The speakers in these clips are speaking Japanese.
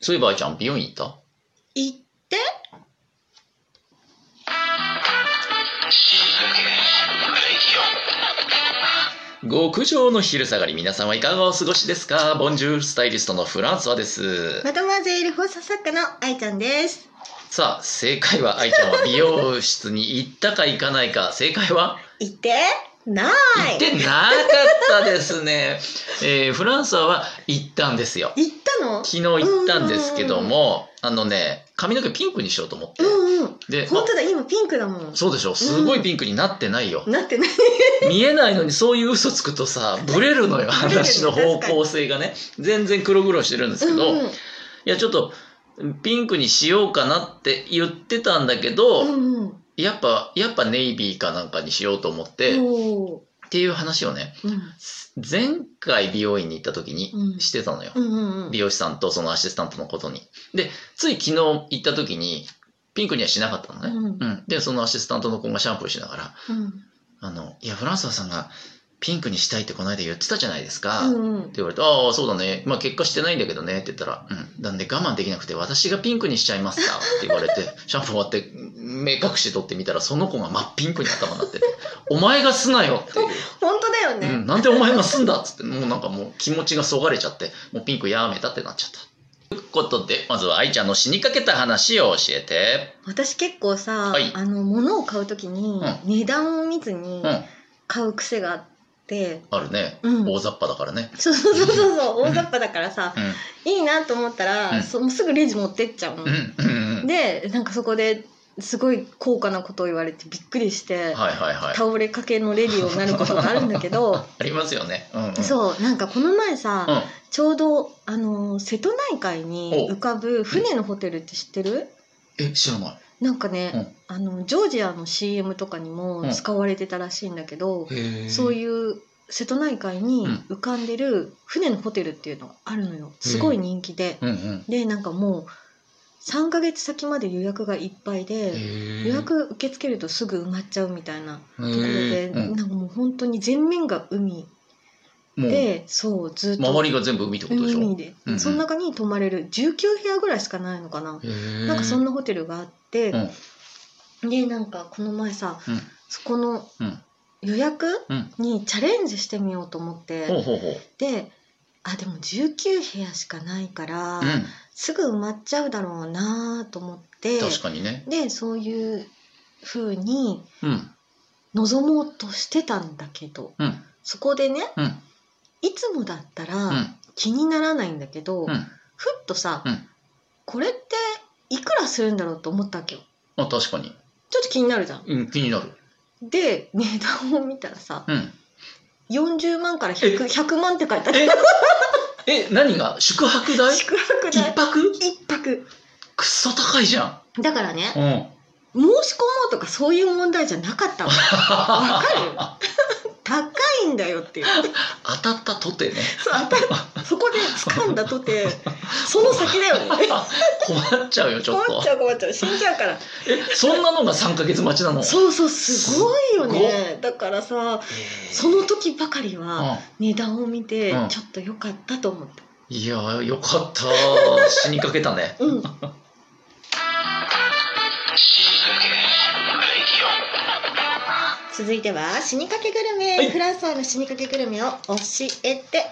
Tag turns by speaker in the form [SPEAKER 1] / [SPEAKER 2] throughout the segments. [SPEAKER 1] そういえば愛ちゃん、美容院行った
[SPEAKER 2] 行って
[SPEAKER 1] 極上の昼下がり、皆さんはいかがお過ごしですかボンジュールスタイリストのフランソワです。
[SPEAKER 2] マドマゼール放送作家の愛ちゃんです
[SPEAKER 1] さあ、正解は愛ちゃんは美容室に行ったか行かないか、正解は
[SPEAKER 2] 行ってない
[SPEAKER 1] 行ってなかったですね。えーフランソワは行ったんですよ。
[SPEAKER 2] 行ったの
[SPEAKER 1] 昨日行ったんですけども、あのね、髪の毛ピンクにしようと思って。
[SPEAKER 2] うんうん
[SPEAKER 1] で、
[SPEAKER 2] 本当だ今ピンクだもん
[SPEAKER 1] そうでしょすごいピンクになってないよ。
[SPEAKER 2] なってない
[SPEAKER 1] 見えないのにそういう嘘つくとさ、ブレるのよ、
[SPEAKER 2] ブレる
[SPEAKER 1] 話の方向性がね。全然黒々してるんですけど、
[SPEAKER 2] うん
[SPEAKER 1] い
[SPEAKER 2] うん
[SPEAKER 1] や、ちょっと、ピンクにしようかなって言ってたんだけど、
[SPEAKER 2] うんうん
[SPEAKER 1] やっぱ、やっぱネイビーかなんかにしようと思って、っ
[SPEAKER 2] おー
[SPEAKER 1] ていう話をね、
[SPEAKER 2] うん
[SPEAKER 1] 前回美容院に行った時に
[SPEAKER 2] うん
[SPEAKER 1] してたのよ。
[SPEAKER 2] うんうんうん
[SPEAKER 1] 美容師さんとそのアシスタントのことに。で、つい昨日行った時に、ピンクにはしなかったのね。
[SPEAKER 2] うん
[SPEAKER 1] うん、で、そのアシスタントの子がシャンプーしながら、
[SPEAKER 2] うん
[SPEAKER 1] あの、いや、フランソワさんがピンクにしたいってこの間言ってたじゃないですか。
[SPEAKER 2] う
[SPEAKER 1] って
[SPEAKER 2] んうん
[SPEAKER 1] 言われて、ああ、そうだね。まあ結果してないんだけどね。って言ったら、うん。なんで我慢できなくて、私がピンクにしちゃいました。って言われて、 シャンプー終わって、目隠し取ってみたら、その子が真っピンクに頭になってて、 お前がすなよっていう。
[SPEAKER 2] 本当だよ
[SPEAKER 1] う
[SPEAKER 2] ね
[SPEAKER 1] ん、なんでお前がすんだっつって、もうなんかもう気持ちがそがれちゃって、もうピンクやめたってなっちゃった。ということで、まずは愛ちゃんの死にかけた話を教えて。
[SPEAKER 2] 私結構さ
[SPEAKER 1] はい
[SPEAKER 2] あの物を買うときに
[SPEAKER 1] う
[SPEAKER 2] 値段を見ずに
[SPEAKER 1] うん、
[SPEAKER 2] 買う癖があって
[SPEAKER 1] あるね。
[SPEAKER 2] うん
[SPEAKER 1] 大雑把だからね。
[SPEAKER 2] そうそうそうそう大雑把だからさ
[SPEAKER 1] うん。
[SPEAKER 2] いいなと思った
[SPEAKER 1] うん
[SPEAKER 2] らそもうすぐレジ持ってっちゃうの
[SPEAKER 1] うんうんうん。
[SPEAKER 2] でなんかそこですごい高価なことを言われてびっくりして、
[SPEAKER 1] はいはいはい。
[SPEAKER 2] 倒れかけのレディオになることがあるんだ けど
[SPEAKER 1] ありますよね。うん、うん。う。
[SPEAKER 2] そうなんかこの前さ、
[SPEAKER 1] うん。
[SPEAKER 2] ちょうど、あのー瀬戸内海に浮かぶ船のホテルって知ってる
[SPEAKER 1] え、知らない。
[SPEAKER 2] なんかね、あのジョージアの CM とかにも使われてたらしいんだけど、
[SPEAKER 1] へえ。
[SPEAKER 2] そう
[SPEAKER 1] う。
[SPEAKER 2] いう瀬戸内海に浮かんでる船のホテルっていうのがあるのよすごい人気で、
[SPEAKER 1] うんうん。
[SPEAKER 2] でなんかもう3ヶ月先まで予約がいっぱいで、
[SPEAKER 1] 予
[SPEAKER 2] 予約受け付けるとすぐ埋まっちゃうみたいな
[SPEAKER 1] とこと
[SPEAKER 2] ころで、なんかもう本当に全面が海
[SPEAKER 1] もう
[SPEAKER 2] で、そうずっと
[SPEAKER 1] 周りが全部海ってことでしょ。
[SPEAKER 2] 海で、
[SPEAKER 1] うんうん
[SPEAKER 2] その中に泊まれる19部屋ぐらいしかないのかな、
[SPEAKER 1] な
[SPEAKER 2] なんかそん
[SPEAKER 1] な。
[SPEAKER 2] なホテルがあって、でなんかこの前さ、
[SPEAKER 1] うん
[SPEAKER 2] そこの
[SPEAKER 1] うん
[SPEAKER 2] 予約
[SPEAKER 1] うん
[SPEAKER 2] にチャレンジしてみようと思って、
[SPEAKER 1] ほうほうほう。
[SPEAKER 2] であでも19部屋しかないから、
[SPEAKER 1] うん。
[SPEAKER 2] すぐ埋まっちゃうだろうなと思って
[SPEAKER 1] 確かにね。
[SPEAKER 2] でそういう風に
[SPEAKER 1] うん。
[SPEAKER 2] 望もうとしてたんだけど、
[SPEAKER 1] うん
[SPEAKER 2] そこでね
[SPEAKER 1] うん。
[SPEAKER 2] いつもだった
[SPEAKER 1] う
[SPEAKER 2] ら
[SPEAKER 1] ん。
[SPEAKER 2] 気にならないんだけど、
[SPEAKER 1] うん。
[SPEAKER 2] ふっとさ、
[SPEAKER 1] うん
[SPEAKER 2] これっていくらするんだろうと思ったわけよ
[SPEAKER 1] まあ確かに。
[SPEAKER 2] ちょっと気になるじゃん
[SPEAKER 1] うん、気になる。
[SPEAKER 2] で値段を見たらさ
[SPEAKER 1] うん。
[SPEAKER 2] 40万から 100, 100万って書いてある
[SPEAKER 1] ええ、何が宿泊代
[SPEAKER 2] 宿泊
[SPEAKER 1] 一
[SPEAKER 2] 代
[SPEAKER 1] 泊
[SPEAKER 2] 一泊
[SPEAKER 1] くっそ高いじゃ
[SPEAKER 2] だからね
[SPEAKER 1] ん。 うん。
[SPEAKER 2] 申し込もうとかそういう問題じゃなかったわわか る高いんだよっていう
[SPEAKER 1] 当たったとてね。
[SPEAKER 2] そう当たそこで掴んだとてその先だよね
[SPEAKER 1] 困っちゃうよ、ちょっ
[SPEAKER 2] 困
[SPEAKER 1] と
[SPEAKER 2] っち。ゃう困っちゃう死んじゃうから
[SPEAKER 1] え、そんなのが3ヶ月待ちなの
[SPEAKER 2] そうそうすごいよねだからさ
[SPEAKER 1] へー
[SPEAKER 2] その時ばかりは
[SPEAKER 1] うん
[SPEAKER 2] 値段を見て
[SPEAKER 1] うん
[SPEAKER 2] ちょっと良かったと思った
[SPEAKER 1] いやーよか った死にかけたね
[SPEAKER 2] うん 続いては死にかけグルメ、
[SPEAKER 1] はい
[SPEAKER 2] フランスワの死にかけグルメを教えて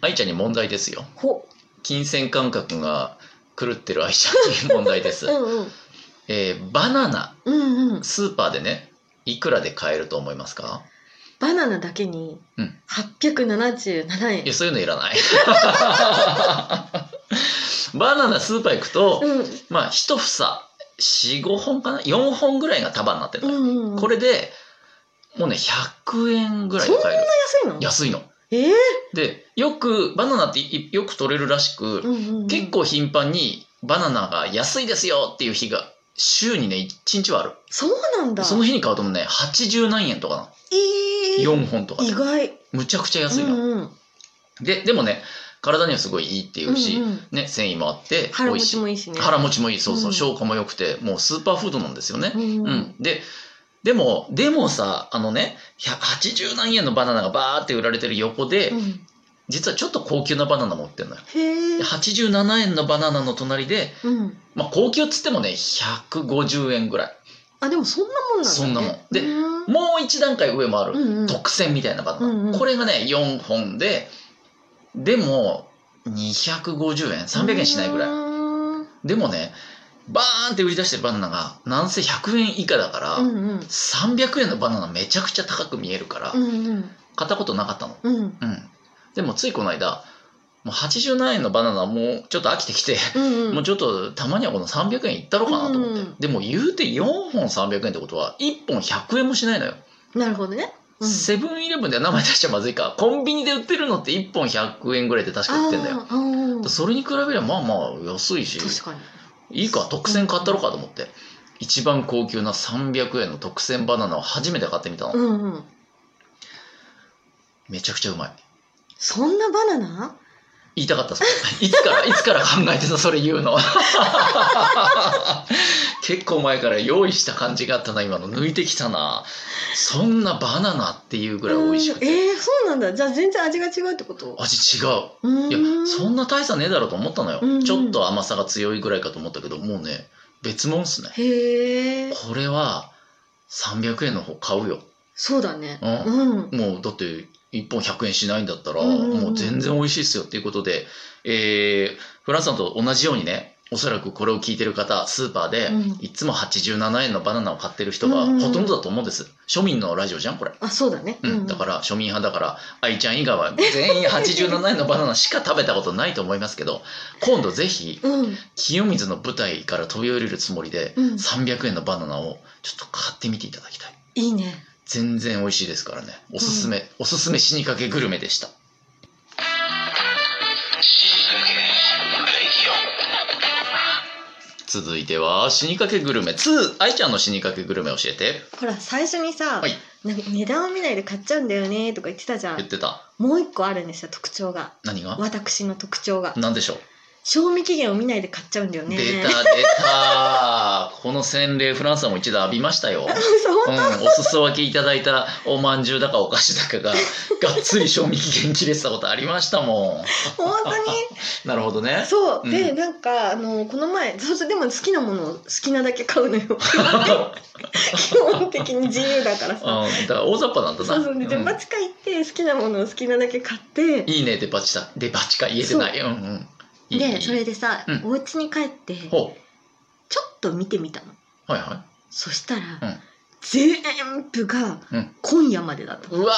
[SPEAKER 1] 愛ちゃんに問題ですよ
[SPEAKER 2] ほ
[SPEAKER 1] 金銭感覚が狂ってる愛ちゃんに問題で
[SPEAKER 2] う
[SPEAKER 1] す、
[SPEAKER 2] んうん
[SPEAKER 1] えーバナナ
[SPEAKER 2] うんうん
[SPEAKER 1] スーパーでねいくらで買えると思いますか
[SPEAKER 2] バナナだけに
[SPEAKER 1] うん
[SPEAKER 2] 877
[SPEAKER 1] いや
[SPEAKER 2] 円
[SPEAKER 1] そういうのいらない バナナスーパー行くと、
[SPEAKER 2] うん
[SPEAKER 1] まあ一房45本かな4本ぐらいが束になってる
[SPEAKER 2] う
[SPEAKER 1] のよ、
[SPEAKER 2] んうん
[SPEAKER 1] こ
[SPEAKER 2] れ
[SPEAKER 1] れでもうね100円ぐらいで買える
[SPEAKER 2] 安いの
[SPEAKER 1] 安いの
[SPEAKER 2] え
[SPEAKER 1] でよくバナナっていよく取れるらしく、
[SPEAKER 2] ーうんうんうん
[SPEAKER 1] 結構頻繁にバナナが安いですよっていう日が週にね1日はある
[SPEAKER 2] そうなんだ
[SPEAKER 1] その日に買うともね80何円とか
[SPEAKER 2] え
[SPEAKER 1] な
[SPEAKER 2] ー
[SPEAKER 1] の4本とか
[SPEAKER 2] 意
[SPEAKER 1] で
[SPEAKER 2] 外
[SPEAKER 1] むちゃくちゃ安いの、
[SPEAKER 2] うんうん
[SPEAKER 1] ででもね体にはすごいいいっていうし、
[SPEAKER 2] うんうん
[SPEAKER 1] ね、繊維もあって美
[SPEAKER 2] 腹
[SPEAKER 1] 味
[SPEAKER 2] 持
[SPEAKER 1] し
[SPEAKER 2] ち
[SPEAKER 1] い
[SPEAKER 2] もいいしね
[SPEAKER 1] 腹持ちもいいそうそう、
[SPEAKER 2] うん
[SPEAKER 1] 消化も良くてもうスーパーフードなんですよね
[SPEAKER 2] う、ん
[SPEAKER 1] うん
[SPEAKER 2] うん
[SPEAKER 1] ででもでもさあのね180何円のバナナがバーって売られてる横で、
[SPEAKER 2] うん
[SPEAKER 1] 実はちょっと高級なバナナ持ってるのよ
[SPEAKER 2] へえ
[SPEAKER 1] で。87円のバナナの隣で、
[SPEAKER 2] うん。
[SPEAKER 1] まあ、高級っつってもね150円ぐらい
[SPEAKER 2] あでもそんなもんなんだね。
[SPEAKER 1] そんなもんで
[SPEAKER 2] うん
[SPEAKER 1] もう一段階上もある、
[SPEAKER 2] うんうん。
[SPEAKER 1] 特選みたいなバナナ、
[SPEAKER 2] うんうん
[SPEAKER 1] これがね4本ででも250円300円しないぐらい、
[SPEAKER 2] うん
[SPEAKER 1] でもねバーンって売り出してるバナナがなんせ100円以下だから、
[SPEAKER 2] うんうん。
[SPEAKER 1] 300円のバナナめちゃくちゃ高く見えるから、
[SPEAKER 2] うんうん。
[SPEAKER 1] 買ったことなかったの
[SPEAKER 2] うんうん
[SPEAKER 1] うんでもついこの間もう87円のバナナもうちょっと飽きてきて、
[SPEAKER 2] うん。
[SPEAKER 1] もうちょっとたまにはこの300円いったろうかなと思って、
[SPEAKER 2] うん
[SPEAKER 1] でも言うて4本300円ってことは1本100円もしないのよ
[SPEAKER 2] なるほどね。うん
[SPEAKER 1] セブンイレブンでは名前出しちゃまずいかコンビニで売ってるのって1本100円ぐらいで確か売ってんだよ
[SPEAKER 2] あー。うん
[SPEAKER 1] それに比べればまあまあ安いし
[SPEAKER 2] 確かに。
[SPEAKER 1] いいか特選買ったろうかと思って一番高級な300円の特選バナナを初めて買ってみたの、
[SPEAKER 2] うんうん。
[SPEAKER 1] めちゃくちゃうまい
[SPEAKER 2] そんなバナナ？
[SPEAKER 1] 言いたかったそれいつ からいつから考えてたそれ言うの 結構前から用意した感じがあったな今の抜いてきたなそんなバナナっていうぐらい美味しくて、
[SPEAKER 2] うんえー、そうなんだ。じゃあ全然味が違うってこと？
[SPEAKER 1] 味違うい
[SPEAKER 2] い
[SPEAKER 1] やそんな大差ねえだろうと思ったのよ、
[SPEAKER 2] うんうん
[SPEAKER 1] ちょっと甘さが強いぐらいかと思ったけどもうね別物っすね
[SPEAKER 2] へえ。
[SPEAKER 1] これは300円の方買うよ
[SPEAKER 2] そうだね。
[SPEAKER 1] う
[SPEAKER 2] うん。
[SPEAKER 1] もうだって1本100円しないんだったら、
[SPEAKER 2] うんうんうん
[SPEAKER 1] もう全然美味しいっすよっていうことで、えーフランスさんと同じようにねおそらくこれを聞いてる方スーパーで、
[SPEAKER 2] うん
[SPEAKER 1] いつも87円のバナナを買ってる人が
[SPEAKER 2] うんうんうん
[SPEAKER 1] ほとんどだと思うんです、庶民のラジオじゃんこれ、
[SPEAKER 2] あ、そうだね。
[SPEAKER 1] うんだから庶民派だから愛ちゃん以外は全員87円のバナナしか食べたことないと思いますけど今度ぜひ
[SPEAKER 2] ら。うん。
[SPEAKER 1] 清水の舞台から飛び降りるつもりで、
[SPEAKER 2] うん
[SPEAKER 1] 300円のバナナをちょっと買ってみていただきたい
[SPEAKER 2] いいね。
[SPEAKER 1] 全然美味しいですからねおすすめ、おすすめ死にかけグルメでした続いては死にかけグルメ2愛ちゃんの死にかけグルメ教えて
[SPEAKER 2] ほら最初にさ、
[SPEAKER 1] はい
[SPEAKER 2] なんか値段を見ないで買っちゃうんだよねとか言ってたじゃ
[SPEAKER 1] 言っ
[SPEAKER 2] ん。
[SPEAKER 1] てた
[SPEAKER 2] もう一個あるんですよ特徴が。
[SPEAKER 1] 何が
[SPEAKER 2] 私の特徴が
[SPEAKER 1] 何でしょ
[SPEAKER 2] 賞味期限を見ないで買っちゃうんだよ
[SPEAKER 1] う、
[SPEAKER 2] ね。
[SPEAKER 1] 出た出たこの洗礼フランスさんも一度浴びましたよ
[SPEAKER 2] そう。
[SPEAKER 1] うん、お裾分けいただいたおまんじゅうだかお菓子だかががっつり賞味期限切れてたことありましたも
[SPEAKER 2] 本当に。
[SPEAKER 1] んなるほどね
[SPEAKER 2] そう、
[SPEAKER 1] うん
[SPEAKER 2] でなんかあのこの前そうそうでも好きなものを好きなだけ買うのよ基本的に自由 だからさ
[SPEAKER 1] うん、だから大雑把なんだな
[SPEAKER 2] そうそうでデ
[SPEAKER 1] うん
[SPEAKER 2] パ地下行って好きなものを好きなだけ買って
[SPEAKER 1] いいねデパ地下デパ地下言えてないうんうんいいい
[SPEAKER 2] で
[SPEAKER 1] い
[SPEAKER 2] それでさ、
[SPEAKER 1] うん
[SPEAKER 2] お家に帰ってちょ
[SPEAKER 1] ほ
[SPEAKER 2] っと見てみたの
[SPEAKER 1] うはいは
[SPEAKER 2] そしたら、
[SPEAKER 1] ん
[SPEAKER 2] 全部が
[SPEAKER 1] うん
[SPEAKER 2] 今夜までだと、
[SPEAKER 1] いうわ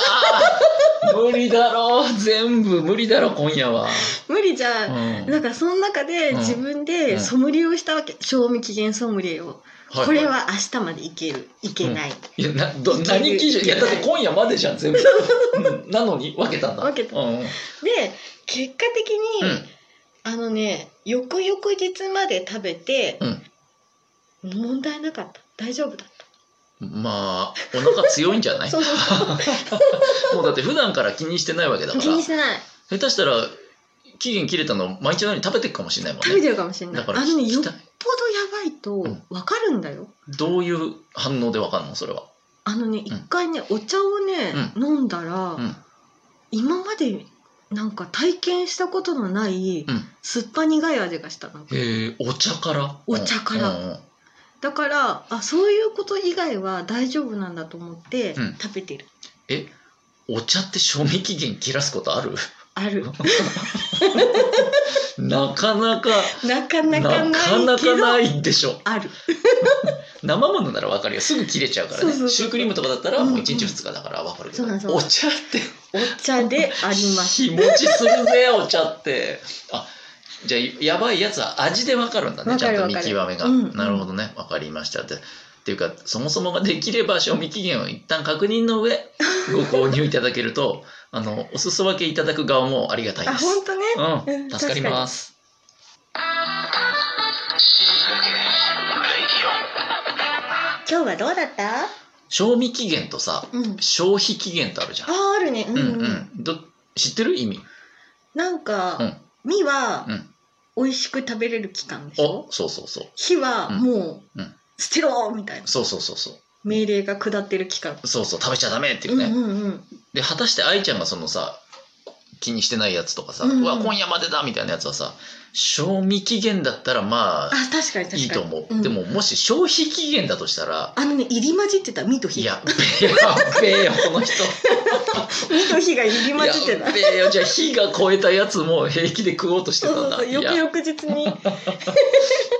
[SPEAKER 1] ー無 理だろう全部無理だろ今夜は、
[SPEAKER 2] 無理じ
[SPEAKER 1] う
[SPEAKER 2] ゃん、
[SPEAKER 1] ん
[SPEAKER 2] だからその中で
[SPEAKER 1] うん
[SPEAKER 2] 自分
[SPEAKER 1] う
[SPEAKER 2] で
[SPEAKER 1] ん
[SPEAKER 2] ソムリエをしたわけ賞味期限ソムリエを、
[SPEAKER 1] いい
[SPEAKER 2] これは明日までいけるいけない、
[SPEAKER 1] いやなど
[SPEAKER 2] いける
[SPEAKER 1] 何基準いやだって今夜までじゃん全部、うんなのに分けたんだ
[SPEAKER 2] 分けた
[SPEAKER 1] うんうん
[SPEAKER 2] で結果的に、
[SPEAKER 1] うん
[SPEAKER 2] あのね翌々日まで食べて、問題なかった大丈夫だっ
[SPEAKER 1] まあお腹強いんじゃな
[SPEAKER 2] た
[SPEAKER 1] い
[SPEAKER 2] そうそうそう
[SPEAKER 1] もうだって普段から気にしてないわけだから
[SPEAKER 2] 気にしてない
[SPEAKER 1] 下手したら期限切れたの毎日のように食べてるかもしれないも
[SPEAKER 2] 食べ
[SPEAKER 1] んね
[SPEAKER 2] てるかもしれな
[SPEAKER 1] だ
[SPEAKER 2] い
[SPEAKER 1] から
[SPEAKER 2] あのね
[SPEAKER 1] 期
[SPEAKER 2] よっぽど
[SPEAKER 1] 待
[SPEAKER 2] やばいと
[SPEAKER 1] うん
[SPEAKER 2] わかるんだよ
[SPEAKER 1] どういう反応でわかるのそれは
[SPEAKER 2] あのね一回ねお茶をね、飲んだら、
[SPEAKER 1] うん
[SPEAKER 2] 今までなんか体験したことのない、
[SPEAKER 1] うん
[SPEAKER 2] 酸っぱ苦い味がしたの
[SPEAKER 1] へえお茶から
[SPEAKER 2] お茶から
[SPEAKER 1] うんうんうん
[SPEAKER 2] だからあそういうこと以外は大丈夫なんだと思って
[SPEAKER 1] うん
[SPEAKER 2] 食べてる、
[SPEAKER 1] えお茶って賞味期限切らすことあ る
[SPEAKER 2] ある
[SPEAKER 1] なかなか
[SPEAKER 2] なかな
[SPEAKER 1] な
[SPEAKER 2] か
[SPEAKER 1] か
[SPEAKER 2] ないけ
[SPEAKER 1] な
[SPEAKER 2] ど
[SPEAKER 1] かないでしょ
[SPEAKER 2] ある
[SPEAKER 1] 生ものならわかるよすぐ切れちゃうからね
[SPEAKER 2] そうそうそう
[SPEAKER 1] シュークリームとかだったらもう1日2日だからわかるけど、
[SPEAKER 2] そうなんそうなん
[SPEAKER 1] お茶って
[SPEAKER 2] お茶であります。
[SPEAKER 1] 日持ちするぜお茶ってあじゃあやばいやつは味でわかるんだね
[SPEAKER 2] わ
[SPEAKER 1] ち
[SPEAKER 2] か
[SPEAKER 1] ゃん
[SPEAKER 2] る
[SPEAKER 1] と
[SPEAKER 2] わ
[SPEAKER 1] 見
[SPEAKER 2] かる
[SPEAKER 1] 極めが、
[SPEAKER 2] うん
[SPEAKER 1] なるほどねわかりましたってっていうかそもそもができれば賞味期限を一旦確認の上ご購入いただけると あのお裾分けいただく側もありがたい
[SPEAKER 2] あ、
[SPEAKER 1] で
[SPEAKER 2] 本
[SPEAKER 1] す、
[SPEAKER 2] 当ね。
[SPEAKER 1] うん、
[SPEAKER 2] うん
[SPEAKER 1] 助かります
[SPEAKER 2] 今日はどうだった？
[SPEAKER 1] 賞味期限とさ
[SPEAKER 2] うん。
[SPEAKER 1] 消費期限とあるじゃん
[SPEAKER 2] あ、あるね。うん、
[SPEAKER 1] う
[SPEAKER 2] うん
[SPEAKER 1] んうんど知ってる意味
[SPEAKER 2] なんか、
[SPEAKER 1] うん
[SPEAKER 2] みは、
[SPEAKER 1] うん
[SPEAKER 2] 美味しく食べれる期間でしょ
[SPEAKER 1] お。そうそうそう
[SPEAKER 2] 火は
[SPEAKER 1] うん
[SPEAKER 2] もう、
[SPEAKER 1] うん
[SPEAKER 2] 捨てろみたいな
[SPEAKER 1] そうそうそうそう
[SPEAKER 2] 命令が下ってる期間。
[SPEAKER 1] そうそう食べちゃダメっていううんね、
[SPEAKER 2] うんうん。
[SPEAKER 1] で果たして愛ちゃんがそのさ気にしてないやつとかさ、
[SPEAKER 2] う
[SPEAKER 1] うん
[SPEAKER 2] うん
[SPEAKER 1] わ今夜までだみたいなやつはさ賞味期限だったらまあ
[SPEAKER 2] あ確かに確かに
[SPEAKER 1] いいと思う、
[SPEAKER 2] ん
[SPEAKER 1] でももし消費期限だとしたら
[SPEAKER 2] あのね入り混じってた「み」と「ひ」
[SPEAKER 1] やっべえやっべえよこの人
[SPEAKER 2] 「み」と「ひ」が入り混
[SPEAKER 1] や
[SPEAKER 2] じってた
[SPEAKER 1] っべえよじゃあ火が超えたやつも平気で食おうとして
[SPEAKER 2] そう
[SPEAKER 1] た
[SPEAKER 2] そ
[SPEAKER 1] んだ
[SPEAKER 2] うそう翌
[SPEAKER 1] いや
[SPEAKER 2] 々日 に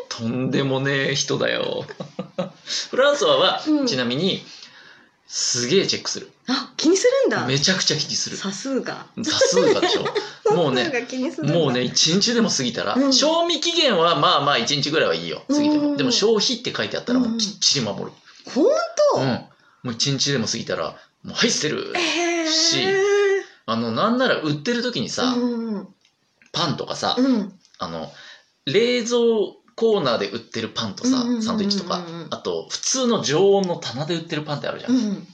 [SPEAKER 1] とんでもねえ人だよ フランソワは、
[SPEAKER 2] うん
[SPEAKER 1] ちなみにすげえチェックする
[SPEAKER 2] あ気にするんだ
[SPEAKER 1] めちゃくちゃ気にする
[SPEAKER 2] さすが
[SPEAKER 1] さすがでしょもう
[SPEAKER 2] さす
[SPEAKER 1] ね
[SPEAKER 2] が気にするんだ
[SPEAKER 1] もうね一日でも過ぎたら、
[SPEAKER 2] うん
[SPEAKER 1] 賞味期限はまあまあ一日ぐらいはいいよ過ぎて
[SPEAKER 2] うん
[SPEAKER 1] もでも消費って書いてあったらもうきっちり守る
[SPEAKER 2] ほん
[SPEAKER 1] う
[SPEAKER 2] うん
[SPEAKER 1] ん、もう一日でも過ぎたらもう入ってる
[SPEAKER 2] えー
[SPEAKER 1] しあのなんなら売ってる時にさ、
[SPEAKER 2] うん
[SPEAKER 1] パンとかさ、
[SPEAKER 2] うん
[SPEAKER 1] あの冷蔵コーナーで売ってるパンとさ、
[SPEAKER 2] うんうんうんうん
[SPEAKER 1] サンドイッチとかあと普通の常温の棚で売ってるパンってあるじゃ、
[SPEAKER 2] うんん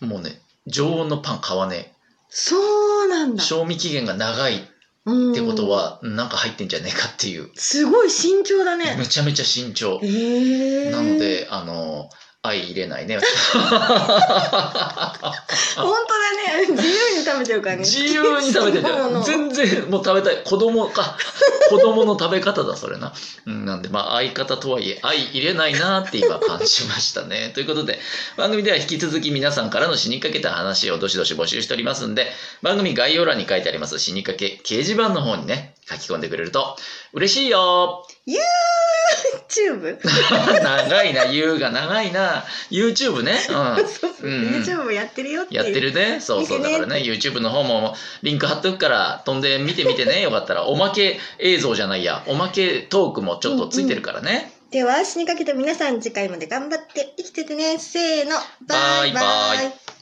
[SPEAKER 1] もうね常温のパン買わね
[SPEAKER 2] そうなん
[SPEAKER 1] え
[SPEAKER 2] だ
[SPEAKER 1] 賞味期限が長いっ
[SPEAKER 2] って
[SPEAKER 1] ことは、なんか入ってんじゃねえかっていう、
[SPEAKER 2] すごい慎重だね
[SPEAKER 1] めちゃめちゃ慎重、
[SPEAKER 2] えー
[SPEAKER 1] なのであの愛入れないね
[SPEAKER 2] 本当だね 自由に食べちゃうからね
[SPEAKER 1] 自由に食べてて
[SPEAKER 2] 好きなものを
[SPEAKER 1] 全然もう食べたい子供か子供の食べ方だそれな、うん、なんでまあ相方とはいえ愛入れないなって今感じましたね ということで番組では引き続き皆さんからの死にかけた話をどしどし募集しておりますんで番組概要欄に書いてあります死にかけ掲示板の方にね書き込んでくれると嬉しいよ
[SPEAKER 2] YouTube
[SPEAKER 1] 長いな U が長いな YouTube ねうん
[SPEAKER 2] そうそう
[SPEAKER 1] うんうん
[SPEAKER 2] YouTube やってるよっていう
[SPEAKER 1] やってるね。そうそう。
[SPEAKER 2] 見
[SPEAKER 1] だ
[SPEAKER 2] て
[SPEAKER 1] か
[SPEAKER 2] ね
[SPEAKER 1] らね、YouTube の方もリンク貼っとくから、飛んで見てみてね。よかったら、おまけ映像じゃないや、おまけトークもちょっとついてるからね。
[SPEAKER 2] では死にかけた皆さん次回まで頑張って生きててねせーの
[SPEAKER 1] バイバイ